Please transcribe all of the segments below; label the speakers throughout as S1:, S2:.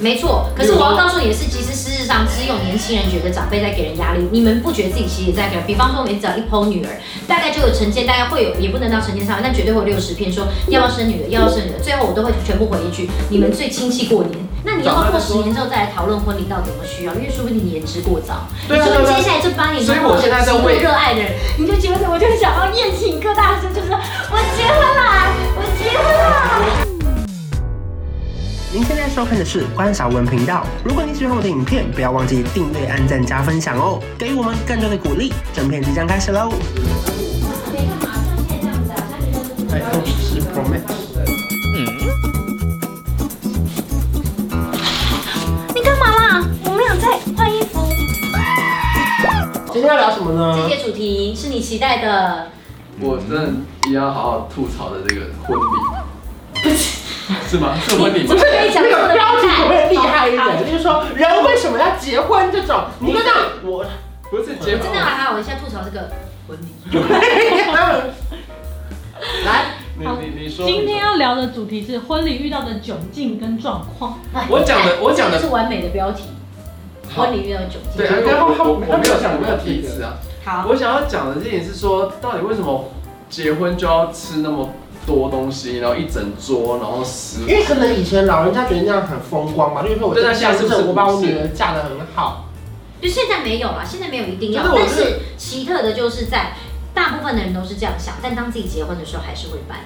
S1: 没错，可是我要告诉你的是，其实事实上只有年轻人觉得长辈在给人压力，你们不觉得自己其实也在给人。比方说，我们只要一剖女儿，大概就有成千，大概会有，也不能到成千上万，但绝对会有六十篇说要不要生女儿，要不要生女儿。最后我都会全部回一句：你们最亲戚过年。那你要不要过十年之后再来讨论婚礼到底有没有需要？因为说不定你言之过早，
S2: 对啊
S1: 你说
S2: 对
S1: 你
S2: 啊
S1: 接下来这八年，
S2: 所以我现在在为
S1: 热爱的人，你就结婚，我就想要宴请各大师，就是我结婚啦，我结婚啦。
S3: 您现在收看的是关少文频道。如果你喜欢我的影片，不要忘记订阅、按赞、加分享哦，给予我们更多的鼓励。整片即将开始喽！
S2: iPhone 十 Pro Max。
S1: 你干嘛啦？我们俩在换衣服。
S2: 今天要聊什么
S1: 这
S2: 呢？
S1: 些主题是你期待的，
S4: 我真的一定要好好吐槽的这个婚礼，是吗？是婚礼吗
S1: 怎？么可以讲
S2: 那
S1: 这么
S2: 个
S1: 的
S2: 标题可不可以厉害一
S1: 好
S2: 点？就是说人为什么要结婚这种？你
S4: 不
S2: 跟
S4: 是
S2: 那我，
S4: 不是结婚
S1: 真的，啊还好，我现在吐槽这个婚礼。
S2: 来，
S4: 你你你说，
S5: 今天要聊的主题是婚礼遇到的窘境跟状况。
S4: 我讲的我讲的
S1: 哎这是完美的标题，婚礼遇到窘境。
S4: 对，因为我我我没有讲没有提词啊。
S1: 好，
S4: 我想要讲的事情是说，到底为什么结婚就要吃那么多东西，然后一整桌，然后食物
S2: 因，为可能以前老人家觉得那样很风光嘛，例如说我
S4: 对那现在是不是
S2: 我把我
S4: 不是
S2: 女儿嫁得很好，
S1: 就现在没有了，现在没有一定要
S4: 可，是我
S1: 但
S4: 是
S1: 是奇特的就是在大部分的人都是这样想，但当自己结婚的时候还是会办，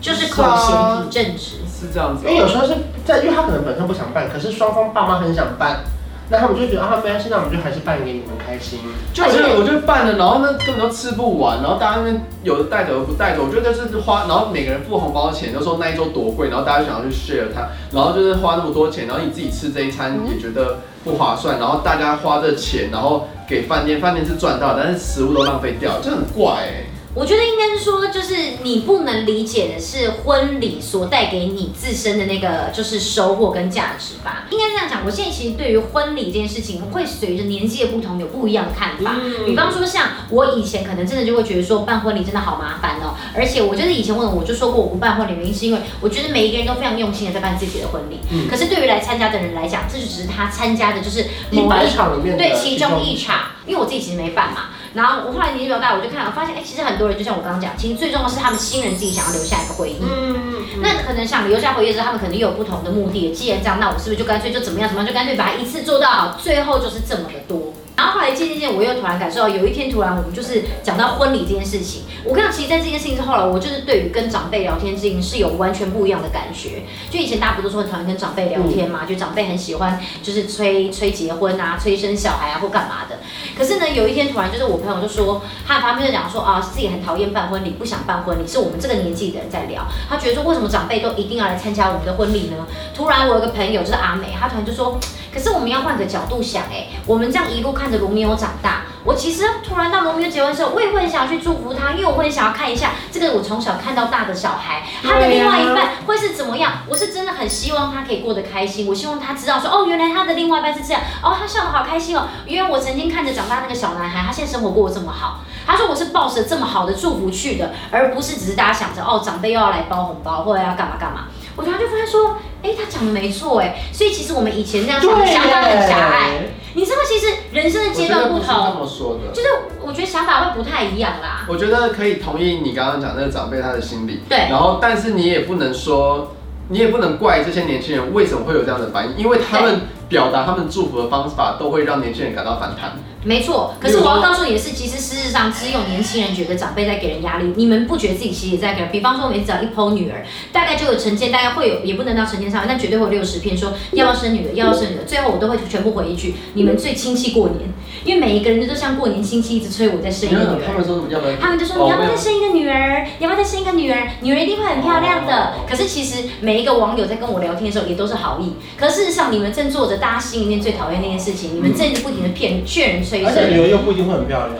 S1: 就是口
S4: 啊
S1: 嫌体正直。
S4: 是这样子哦
S2: 因为有时候是在，因为他可能本身不想办，可是双方爸妈很想办，那他们就觉得啊，没关系，那我们就还是办给你们开心。
S4: 就我觉得我就办了，然后那根本都吃不完，然后大家那边有的带走，有的不带走，我觉得就是花，然后每个人付红包钱，就说那一桌多贵，然后大家就想要去 share 它，然后就是花那么多钱，然后你自己吃这一餐也觉得不划算，然后大家花这钱，然后给饭店，饭店是赚到，但是食物都浪费掉，这很怪哎、
S1: 我觉得应该是说，就是你不能理解的是婚礼所带给你自身的那个就是收获跟价值吧。应该这样讲，我现在其实对于婚礼这件事情，会随着年纪的不同有不一样的看法。比
S2: 啊
S1: 方说，像我以前可能真的就会觉得说办婚礼真的好麻烦哦，而且我就是以前问我就说过我不办婚礼，原因是因为我觉得每一个人都非常用心的在办自己的婚礼，
S2: 嗯
S1: 可是对于来参加的人来讲，这就只是他参加的就是某
S2: 一百
S1: 一
S2: 场里面的
S1: 对，其中一场，因为我自己其实没办嘛。然后我后来年纪比较大，我就看了，发现哎、其实很多人就像我刚刚讲，其实最重要的是他们新人自己想要留下一个回忆。
S2: 嗯
S1: 那可能想留下回忆的时候，他们可能有不同的目的。既然这样，那我是不是就干脆就怎么样怎么样，就干脆把它一次做到好，最后就是这么的多。然后后来渐渐渐，我又突然感受到，有一天突然我们就是讲到婚礼这件事情，我跟你讲，其实在这件事情之后来，我就是对于跟长辈聊天这件事情是有完全不一样的感觉。就以前大家不都说很讨厌跟长辈聊天嘛，就长辈很喜欢就是催催结婚啊、催生小孩啊或干嘛的。可是呢，有一天突然就是我朋友就说，他的旁边就讲说啊，自己很讨厌办婚礼，不想办婚礼，是我们这个年纪的人在聊。他觉得说，为什么长辈都一定要来参加我们的婚礼呢？突然我有个朋友就是阿美，她突然就说，可是我们要换个角度想、哎，我们这样一路看着罗密欧长大，我其实突然到罗密欧结婚的时候，我也会很想要去祝福他，因为我会很想要看一下这个我从小看到大的小孩，他的另外一半会是怎么样？我是真的很希望他可以过得开心，我希望他知道说，哦，原来他的另外一半是这样，哦，他笑得好开心哦，因为我曾经看着长大那个小男孩，他现在生活过得这么好。他说我是抱着这么好的祝福去的，而不是只是大家想着哦，长辈又要来包红包或者要干嘛干嘛。我突然就发现说，哎、他讲的没错哎，所以其实我们以前那样想
S2: 对，
S1: 想法很狭隘，你知道，其实人生的阶段不
S4: 我觉得不是这
S1: 同，
S4: 么说的。
S1: 就是我觉得想法会不太一样啦。
S4: 我觉得可以同意你刚刚讲那个长辈他的心理，
S1: 对
S4: 然后，但是你也不能说，你也不能怪这些年轻人为什么会有这样的反应，因为他们表达他们祝福的方法都会让年轻人感到反弹。
S1: 没错，可是我要告诉你的是，其实事实上只有年轻人觉得长辈在给人压力，你们不觉得自己其实也在给人。比方说，我们只要一剖女儿，大概就有成千，大概会有，也不能到成千上万，但绝对会有六十篇说要不要生女儿，要不要生女儿。最后我都会全部回一句：你们最亲戚过年，因为每一个人都像过年亲戚一直催我再生一个女
S4: 他
S1: 儿。
S4: 们说什么？要不要？
S1: 他们就说
S4: 哦
S1: 你要不要再生一个女儿，你要不要再生一个女儿，女儿一定会很漂亮的
S4: 哦。
S1: 可是其实每一个网友在跟我聊天的时候也都是好意，可事实上你们正做着大家心里面最讨厌那件事情，你们正不停的骗劝人催
S2: 而
S1: 生。
S2: 且女儿又不一定会很漂亮。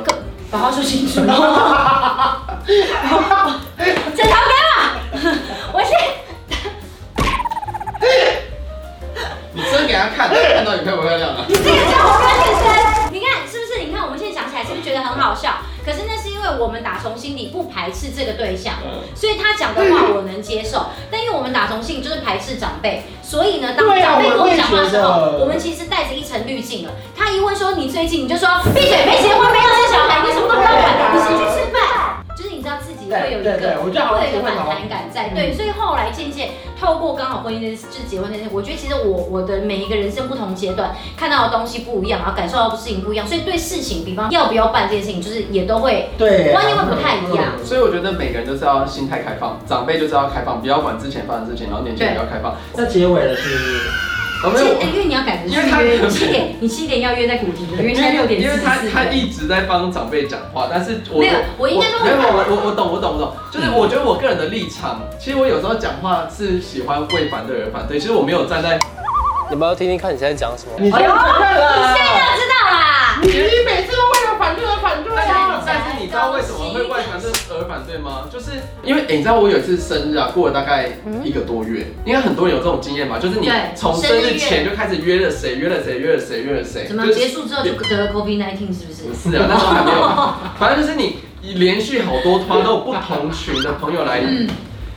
S1: 把话说清楚。枕头给我， 我是
S4: 你真给他看，看到你漂不漂亮啊？
S1: 你这个叫我跟健身。你看是不是？你看我们现在想起来是不是觉得很好笑？可是那是因为我们打从心里不排斥这个对象，
S4: 嗯
S1: 所以他讲的话我能接受。但因为我们打从心里就是排斥长辈，所以呢，当
S2: 对啊
S1: 长辈跟我们讲话的时候，
S2: 我也觉得
S1: 我们其实带着一层滤镜了。他一问说你最近，你就说闭嘴，没结婚，没有生小孩，你什么都不要管，你先去吃饭。就是你知道自己会有一个，
S2: 啊对对对我觉得好像
S1: 会有一个
S2: 是会
S1: 反
S2: 好
S1: 弹感在。对，所以后来渐渐透过刚好婚姻这件事，就是结婚这件事，我觉得其实我我的每一个人生不同阶段看到的东西不一样，然后感受到的事情不一样，所以对事情，比方要不要办这件事情，就是也都会
S2: 对，啊
S1: 观念会不太一样
S2: 嗯
S4: 所以我觉得每个人就是要心态开放，长辈就是要开放，不要管之前发生的事情，然后年轻人也要开放。
S2: 那结尾了是不是？
S4: 然后
S1: 其
S4: 没
S1: 实
S4: 有
S1: 哎，因为你要赶着
S4: 因为
S1: 去
S4: 他
S1: 约，你七点，你七点要约在古亭的，因为现在六点
S4: 因为
S1: 四
S4: 他
S1: 十
S4: 他
S1: 四。
S4: 一直在帮长辈讲话，但是我
S1: 没有我嗯应该说
S4: 没有 我我我懂我懂我懂，就是我觉得我个人的立场，其实我有时候讲话是喜欢为反对而反对，其实我没有站在，
S1: 啊
S6: 你们要听听看你现在讲什么？
S2: 你
S1: 哎
S2: 先
S1: 呦，
S2: 承认
S1: 你现在当
S2: 了。
S1: 然知道啦。
S2: 你每次都为了反对而反对
S4: 但是
S2: 啊！
S4: 但是你知道为什么会为反对而反对吗？就是因为、诶欸你知道我有一次生日啊，过了大概一个多月，应该很多人有这种经验吧，就是
S1: 嗯
S4: 你
S1: 对
S4: 从
S1: 生
S4: 生
S1: 日
S4: 日
S1: 月
S4: 前就开始约了谁约了谁约了谁约了谁，
S1: 怎么
S4: 就是
S1: 结束之后就得了 COVID 1 9是不是？
S4: 是啊，那时候还没有，反正就是你连续好多团都有不同群的朋友来，
S5: 嗯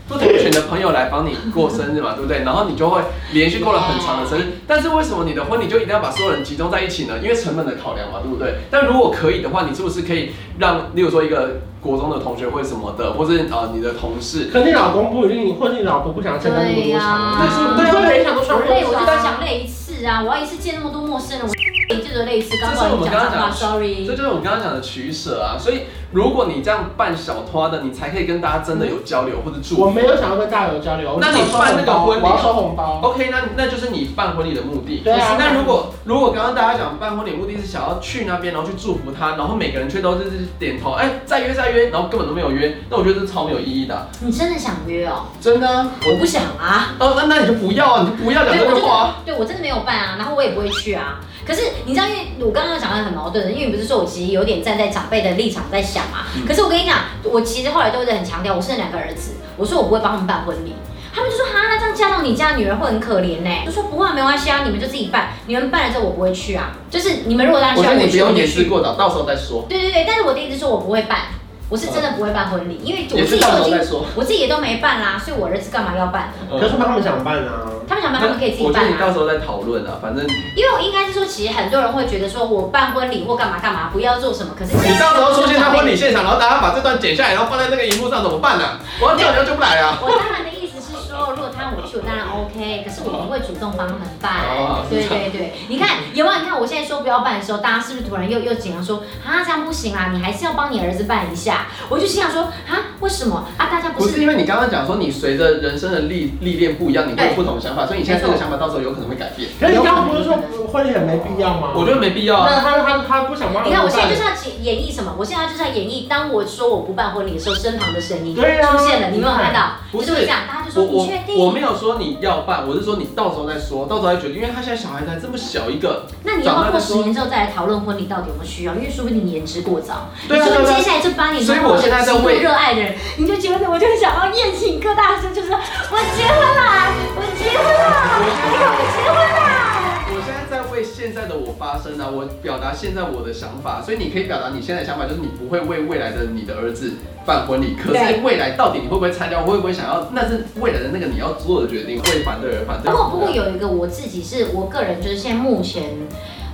S4: 不同群的朋友来帮你过生日嘛，对不对？然后你就会连续过了很长的生日，但是为什么你的婚礼就一定要把所有人集中在一起呢？因为成本的考量嘛，对不对？但如果可以的话，你是不是可以让，例如说一个国中的同学或者什么的，或是呃你的同事，
S2: 可你老公不一定，或者你老婆不想承担那么
S1: 对
S2: 多
S1: 呀、
S2: 场，
S4: 对
S2: 啊
S4: 啊
S2: 对，啊
S4: 是
S2: 会每一场都
S1: 我
S2: 穿
S1: 累，我就只想累一次啊！我要一次见那么多陌生人，我 就得累一次。刚
S4: 这是
S1: 好
S4: 我
S1: 你
S4: 们
S1: 讲脏
S4: 刚刚讲
S1: 话
S4: 的
S1: ，sorry
S4: 这。就是我们刚刚讲的取舍啊。所以如果你这样办小拖的，你才可以跟大家真的有交流或者祝福
S2: 我没有想要跟大家有交流，我
S4: 那你
S2: 想收
S4: 办那个
S2: 红包
S4: 婚礼啊
S2: 我要收红包。
S4: OK，那那就是你办婚礼的目的。
S2: 对啊
S4: 那如果如果刚刚大家讲办婚礼目的是想要去那边，然后去祝福他，然后每个人却都是点头，哎、再约再约，然后根本都没有约，那我觉得这超没有意义的啊、
S1: 你真的想约哦？
S4: 真的啊、
S1: 我不想啊。
S4: 我哦，那那你就不要啊，你就不要讲
S1: 对，
S4: 这
S1: 我
S4: 个
S1: 真
S4: 话啊。
S1: 的，对我真的没有办啊，然后我也不会去啊。可是你知道，因为我刚刚讲的很矛盾的，因为你不是说我其实有点站在长辈的立场在想嘛。
S4: 嗯
S1: 可是我跟你讲，我其实后来都会很强调，我生了两个儿子，我说我不会帮他们办婚礼。他们就说哈，那这样嫁到你家女儿会很可怜呢、就说不会啊，没关系啊，你们就自己办，你们办了之后我不会去啊。就是你们如果当然
S4: 我
S1: 需
S4: 觉
S1: 要
S4: 得
S1: 我
S4: 你不
S1: 去，我
S4: 用
S1: 就
S4: 也
S1: 去
S4: 试。过的，到时候再说。
S1: 对对对，但是我的意思是我不会办，我是真的不会办婚礼，因为我
S4: 也
S1: 自
S4: 是
S1: 己
S4: 到时
S1: 都
S4: 候
S1: 已
S4: 再
S1: 经，
S4: 说。
S1: 我自己也都没办啦，所以我儿子干嘛要办？
S2: 可是他们想办啊，
S1: 他们想办，他们可以自己
S4: 嗯我觉
S1: 办
S4: 得你到
S1: 啊。
S4: 时候再讨论啊，反正你
S1: 因为我应该是说，其实很多人会觉得说我办婚礼或干嘛干嘛，不要做什么，可是
S4: 到时候出现在婚礼。现场，然后大家把这段剪下来，然后放在那个荧幕上怎么办呢、我要叫你又叫不来啊。
S1: 我当然的意思是说，如果他让我去，我当然 OK，可是我不会主动帮他们办
S4: 哦。
S1: 对对对，你看有没有？你看我现在说不要办的时候，大家是不是突然又又紧张说啊这样不行啦，你还是要帮你儿子办一下？我就心想说啊为什么啊？大家不
S4: 不
S1: 是
S4: 是因为你刚刚讲说你随着人生的历历练不一样，你会有不同的想法，所以你现在这个想法到时候有可能会改变。
S2: 可是你刚刚不是说婚礼很没必要吗？
S4: 我觉得没必要啊。
S2: 那他他他不想帮
S1: 你
S2: 们
S1: 看，我现在
S2: 办
S1: 就是要演绎什么？我现在就是要演绎，当我说我不办婚礼的时候，身旁的声音
S2: 对啊
S1: 出现了，你有没有看到？
S4: 不是
S1: 就是会这样，大家就
S4: 我
S1: 说你
S4: 我
S1: 确
S4: 我
S1: 定？
S4: 没有说你要办，我是说你到时候再说，到时候再决定，因为他现在小孩子还这么小一个，
S1: 那你要不要
S4: 长大
S1: 过
S4: 再
S1: 十
S4: 说
S1: 年之后再来讨论婚礼到底有没有需要？因为说不定你言之过早。
S4: 对啊
S1: 你说
S4: 对啊
S1: 接下来这八年，
S4: 所以我现在在为
S1: 极度热爱的人，你就觉得我就想要宴请各大师，就说我结婚啦，我结婚啦，你看我结婚啦。
S4: 我现在在为现在的我发声啊，我表达现在我的想法，所以你可以表达你现在的想法，就是你不会为未来的你的儿子办婚礼，可是
S1: 对
S4: 未来到底你会不会参加，会不会想要，那是未来的那个你要做的决定，为反对而反对。啊
S1: 不过不过有一个我自己是我个人，就是现在目前。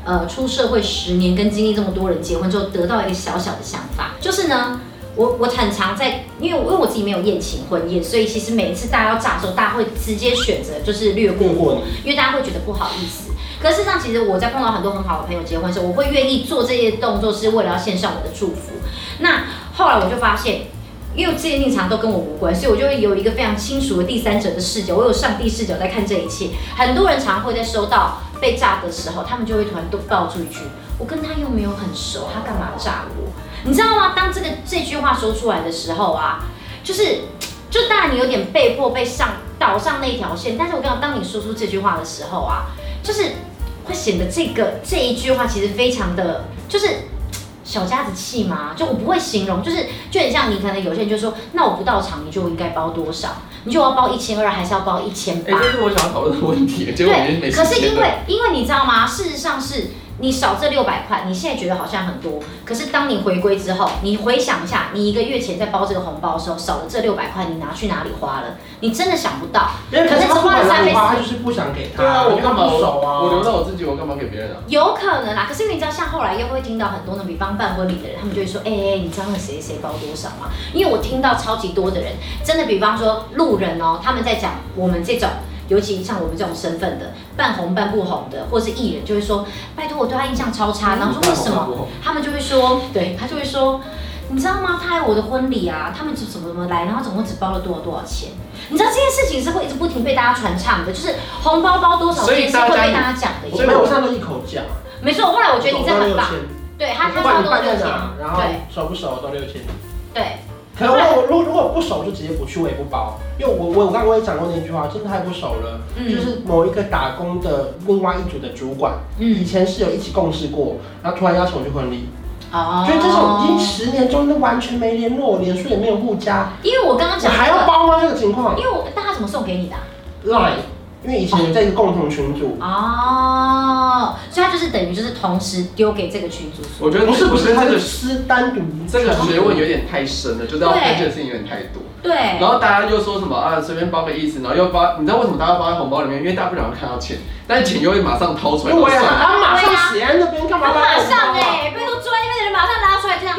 S1: 呃，出社会十年跟经历这么多人结婚之后，得到一个小小的想法，就是呢，我我很常在，因为我因为我自己没有宴请婚宴，所以其实每一次大家要炸的时候，大家会直接选择就是略过
S2: 略过
S1: 我，因为大家会觉得不好意思。可事实上，其实我在碰到很多很好的朋友结婚的时候，我会愿意做这些动作，是为了要献上我的祝福。那后来我就发现，因为这些立场都跟我无关，所以我就会有一个非常清楚的第三者的视角，我有上帝视角在看这一切。很多人常会在收到被炸的时候，他们就会突然都爆出一句：“我跟他又没有很熟，他干嘛炸我？”嗯你知道吗？当这个这句话说出来的时候啊，就是就当然你有点被迫被上导上那条线，但是我跟你讲，当你说出这句话的时候啊，就是会显得这个这一句话其实非常的就是小家子气嘛，就我不会形容，就是就很像你可能有些人就说，那我不到场你就应该包多少，你就要包一千二，还是要包一千
S4: 哎、
S1: 八？
S4: 这是我想要讨论的问题，结果我们没
S1: 对，
S4: 时
S1: 可是
S4: 间
S1: 因为因为你知道吗？事实上是你少这六百块，你现在觉得好像很多，可是当你回归之后，你回想一下，你一个月前在包这个红包的时候，少了这六百块，你拿去哪里花了？你真的想不到。
S2: 因为可是他不管
S1: 可是只花了三
S2: 哪
S1: 倍
S2: 里花，
S1: 四
S2: 他就是不想给他，
S4: 对啊，我干嘛
S2: 不熟啊？
S4: 我我留到我自己，我干嘛给别人啊？
S1: 有可能啦，可是因为你知道，像后来又会听到很多的，比方办婚礼的人，他们就会说，哎、哎、你知道那谁谁包多少吗？因为我听到超级多的人，真的，比方说路人哦，他们在讲我们这种。尤其像我们这种身份的，半红半不红的，或是艺人，就会说，拜托我对他印象超差，啊然后说为什
S4: 半红半不
S1: 么
S4: 红？
S1: 他们就会说，对他就会说，你知道吗？他来我的婚礼啊，他们怎怎么怎么来，然后总共只包了多少多少钱？你知道这件事情是会一直不停被大家传唱的，就是红包包多少
S4: 所以
S1: 钱是
S4: 大
S1: 会
S4: 家
S1: 被大家讲的。
S2: 所以我上都一口价，
S1: 没错，后来我觉得你这很棒，对他
S2: 不
S1: 他
S2: 管
S1: 包
S2: 你
S1: 多少
S2: 办在
S1: 钱
S2: 哪，，然后
S1: 对
S2: 熟不熟都六千。
S1: 对，
S2: 可能我如果如果不熟就直接不去，我也不包，因为我我我刚刚也讲过那句话，真的太不熟了。就
S1: 嗯
S2: 是某一个打工的另外一组的主管，以
S1: 嗯，
S2: 前是有一起共事过，然后突然邀请我去婚礼，
S1: 哦
S2: 所以这种已经十年中都完全没联络，连数也没有互加，
S1: 因为我刚刚
S2: 我
S1: 讲
S2: 还要，包吗？这个情况
S1: 因为我大家怎么送给你的啊
S2: ，Line，因为以前有在一个共同群组，
S1: 哦，所以他就是等于就是同时丢给这个群主，
S4: 我觉得
S2: 不是不是，
S4: 这
S2: 他
S4: 个
S2: 是私单独
S4: 这个学问有点太深了，就是要分析的事情有点太多。
S1: 对
S4: 然，后大家又说什么啊，随便包个意思，然后又包，你知道为什么大家包在红包里面？因为大家不想要看到钱，但钱又会马上掏出来。
S2: 因为
S4: 算了
S2: 他马上写在那边干嘛
S1: 他
S2: 把
S1: 马
S2: 我包啊？
S1: 上哎，被都坐在那边的人马上拿出来这样，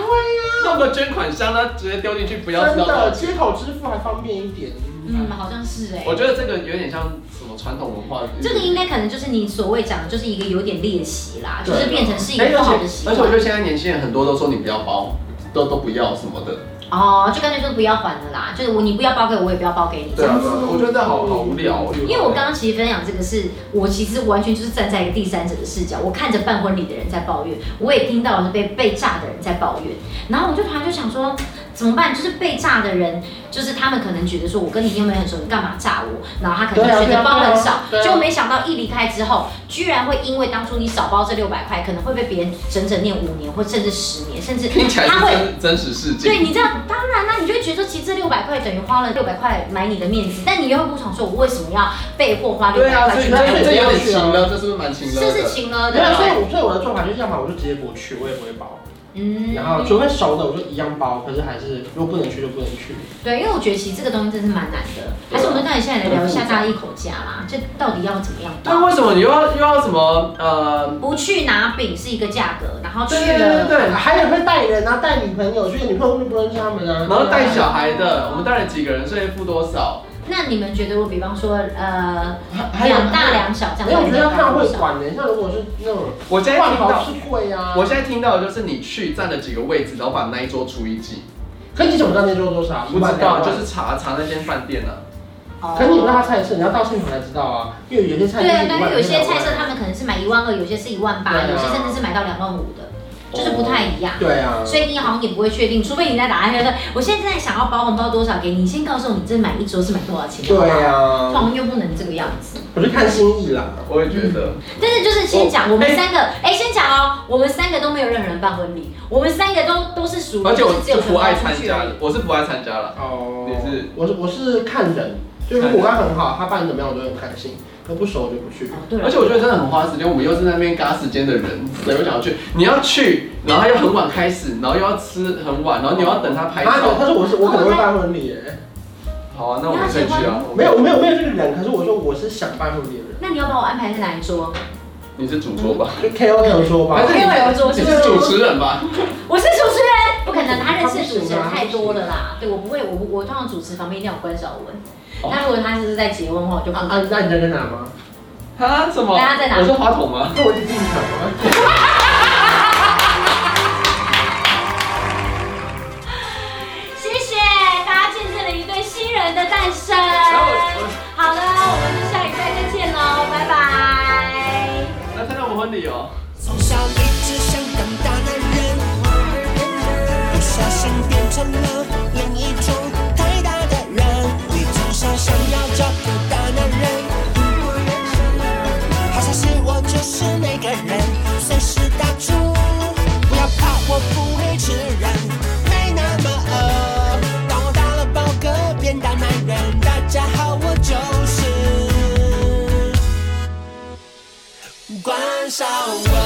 S4: 弄个捐款箱，他直接丢进去，不要
S2: 真
S4: 知道多
S2: 的
S4: 少钱。
S2: 街口支付还方便一点。
S1: 嗯，好像是哎
S4: 我。觉得这个有点像什么传统文化。
S1: 这个应该可能就是你所谓讲的，就是一个有点练习啦，就
S2: 对
S1: 是变成是一
S4: 哎
S1: 个不好
S4: 而
S1: 的
S4: 且
S1: 习
S4: 而且我觉
S1: 惯
S4: 得现在年轻人很多都说你不要包，都都不要什么的。
S1: 哦，就干脆就不要还了啦，就是我你不要包给我，我也不要包给你这
S4: 对
S1: 样
S4: 啊，
S1: 子。
S4: 对啊我觉得这好好无聊哦。
S1: 因为我刚刚其实分享这个是，我其实完全就是站在一个第三者的视角，我看着办婚礼的人在抱怨，我也听到了被被炸的人在抱怨，然后我就突然就想说，怎么办？就是被炸的人，就是他们可能觉得说我跟你又没有很熟，你干嘛炸我？然后他可能
S2: 对啊
S1: 选择包很少，
S2: 对啊对啊
S1: 就没想到一离开之后，居然会因为当初你少包这六百块，可能会被别人整整念五年，或甚至十年，甚至
S4: 听起来
S1: 他
S4: 是
S1: 会
S4: 真真实事件。
S1: 对你这样，当然啦，你就会觉得其实这六百块等于花了六百块买你的面子，但你又会不爽，说我为什么要被迫花六
S4: 对
S1: 百
S4: 啊，所
S1: 块
S4: 以
S1: 去
S4: 这
S1: 买
S4: 这
S1: 你
S4: 这
S1: 的
S4: 有
S1: 面
S4: 点
S1: 子？
S4: 情了，这是不是蛮情了
S1: 这是
S4: 的？
S1: 情了
S2: 没有，啊所以
S1: 的，
S2: 我所以我的做法就是，要么我就直接不去，我也不会包。
S1: 嗯
S2: 然后除非熟的，我就一样包。可是还是如果不能去就不能去。
S1: 对，因为我觉得其实这个东西真是蛮难的，还是我们
S2: 啊
S1: 到底现在来聊一下大家一口价啦，这到底要怎么样
S4: 但
S2: 啊
S1: 报？
S4: 为什么你又要又要什么呃？
S1: 不去拿饼是一个价格，然后去
S4: 对对对
S1: 了
S4: 对对，
S2: 还有会带人啊，带女朋友去，女朋友就不认识他们啊。
S4: 然后带小孩的，我们带了几个人，所以付多少？
S1: 那你们觉得，我比方说，呃，
S2: 还有
S1: 两大两小这样，
S2: 没有，我觉得要看会
S1: 多少
S2: 馆的。像如果是那种
S4: 我现在
S2: 万
S4: 听
S2: 豪
S4: 到，
S2: 是贵啊。
S4: 我现在听到的就是你去占了几个位置，然后把那一桌除以几，
S2: 可你怎么知道那桌多少？。
S4: 不知道，就是是查查那间饭店啊。
S1: 哦
S2: 可是你不知道他菜色，你要到现场才知道啊。因为有些菜
S1: 对啊，对啊，因为有些菜
S2: 菜
S1: 色他们可能是买一万二，有些是一万八，
S2: 对啊
S1: 有些甚至是买到两万五的，就是不太一样。
S2: 对啊，
S1: 所以你好像也不会确定，除非你在打暗说，我现在想要包红包多少给你，你先告诉我你这买一桌是买多少钱，
S2: 对
S1: 呀、通
S2: 啊，
S1: 常又不能这个样子。
S2: 我就看心意啦。
S4: 我也觉得，
S1: 但是就是先讲我
S4: 哎
S1: 们三个，哎、先讲哦，我们三个都没有任何人办婚礼，我们三个都都是属于
S4: 而且我
S1: 就是只有
S4: 是不爱参
S1: 全
S4: 加
S1: 包出去，
S4: 的我是不爱参加了。
S2: 哦，
S4: 你是
S2: 我是我是看人，就如果我刚很好，他办得怎么样我都很开心，可不熟我就不去
S1: 而已。。哦，对
S4: 而
S1: 了，
S4: 且我觉得真的很花时间，我们又是在那边嘎时间的人，谁会想要去？你要去，然后又很晚开始，然后又要吃很晚，然后你又要等他拍
S2: 他
S4: 照。
S2: 他说我是啊我可能会办婚礼耶，
S4: 好啊，那我们再去啊。
S2: 没有我没有没有这个人，可是我说我是想办婚礼的人，
S1: 那你要帮我安排在哪一桌？
S4: 你是主桌吧？
S2: 就 KOL 说吧
S4: 还，是
S1: 因为我主
S4: 你
S1: 持
S4: 是
S1: 人
S4: 你是主持人 吧？
S1: 我是主持人，不可能，他认
S2: 他不
S1: 识
S2: 行
S1: 主持人
S2: 啊
S1: 太多了啦。对，我不会，我不我通常主持旁边一定要有关少文。
S4: 哦
S1: 那如果他是在结婚的话，我就不
S2: 啊啊，那你在跟哪吗？
S4: 啊？什么？
S1: 大家在哪
S4: 我是话筒吗？
S2: 那我就进场了。
S1: 谢谢大家见证了一对新人的诞生。
S4: 然后我
S1: 好了，我们就下礼拜再见喽，拜拜。
S4: 我来参加我们婚礼哦。
S7: 从小立志想当大男人，不小心变成了另一种太大的人。你从小想要找个大男人，好像是我就是那个人，随
S3: 少？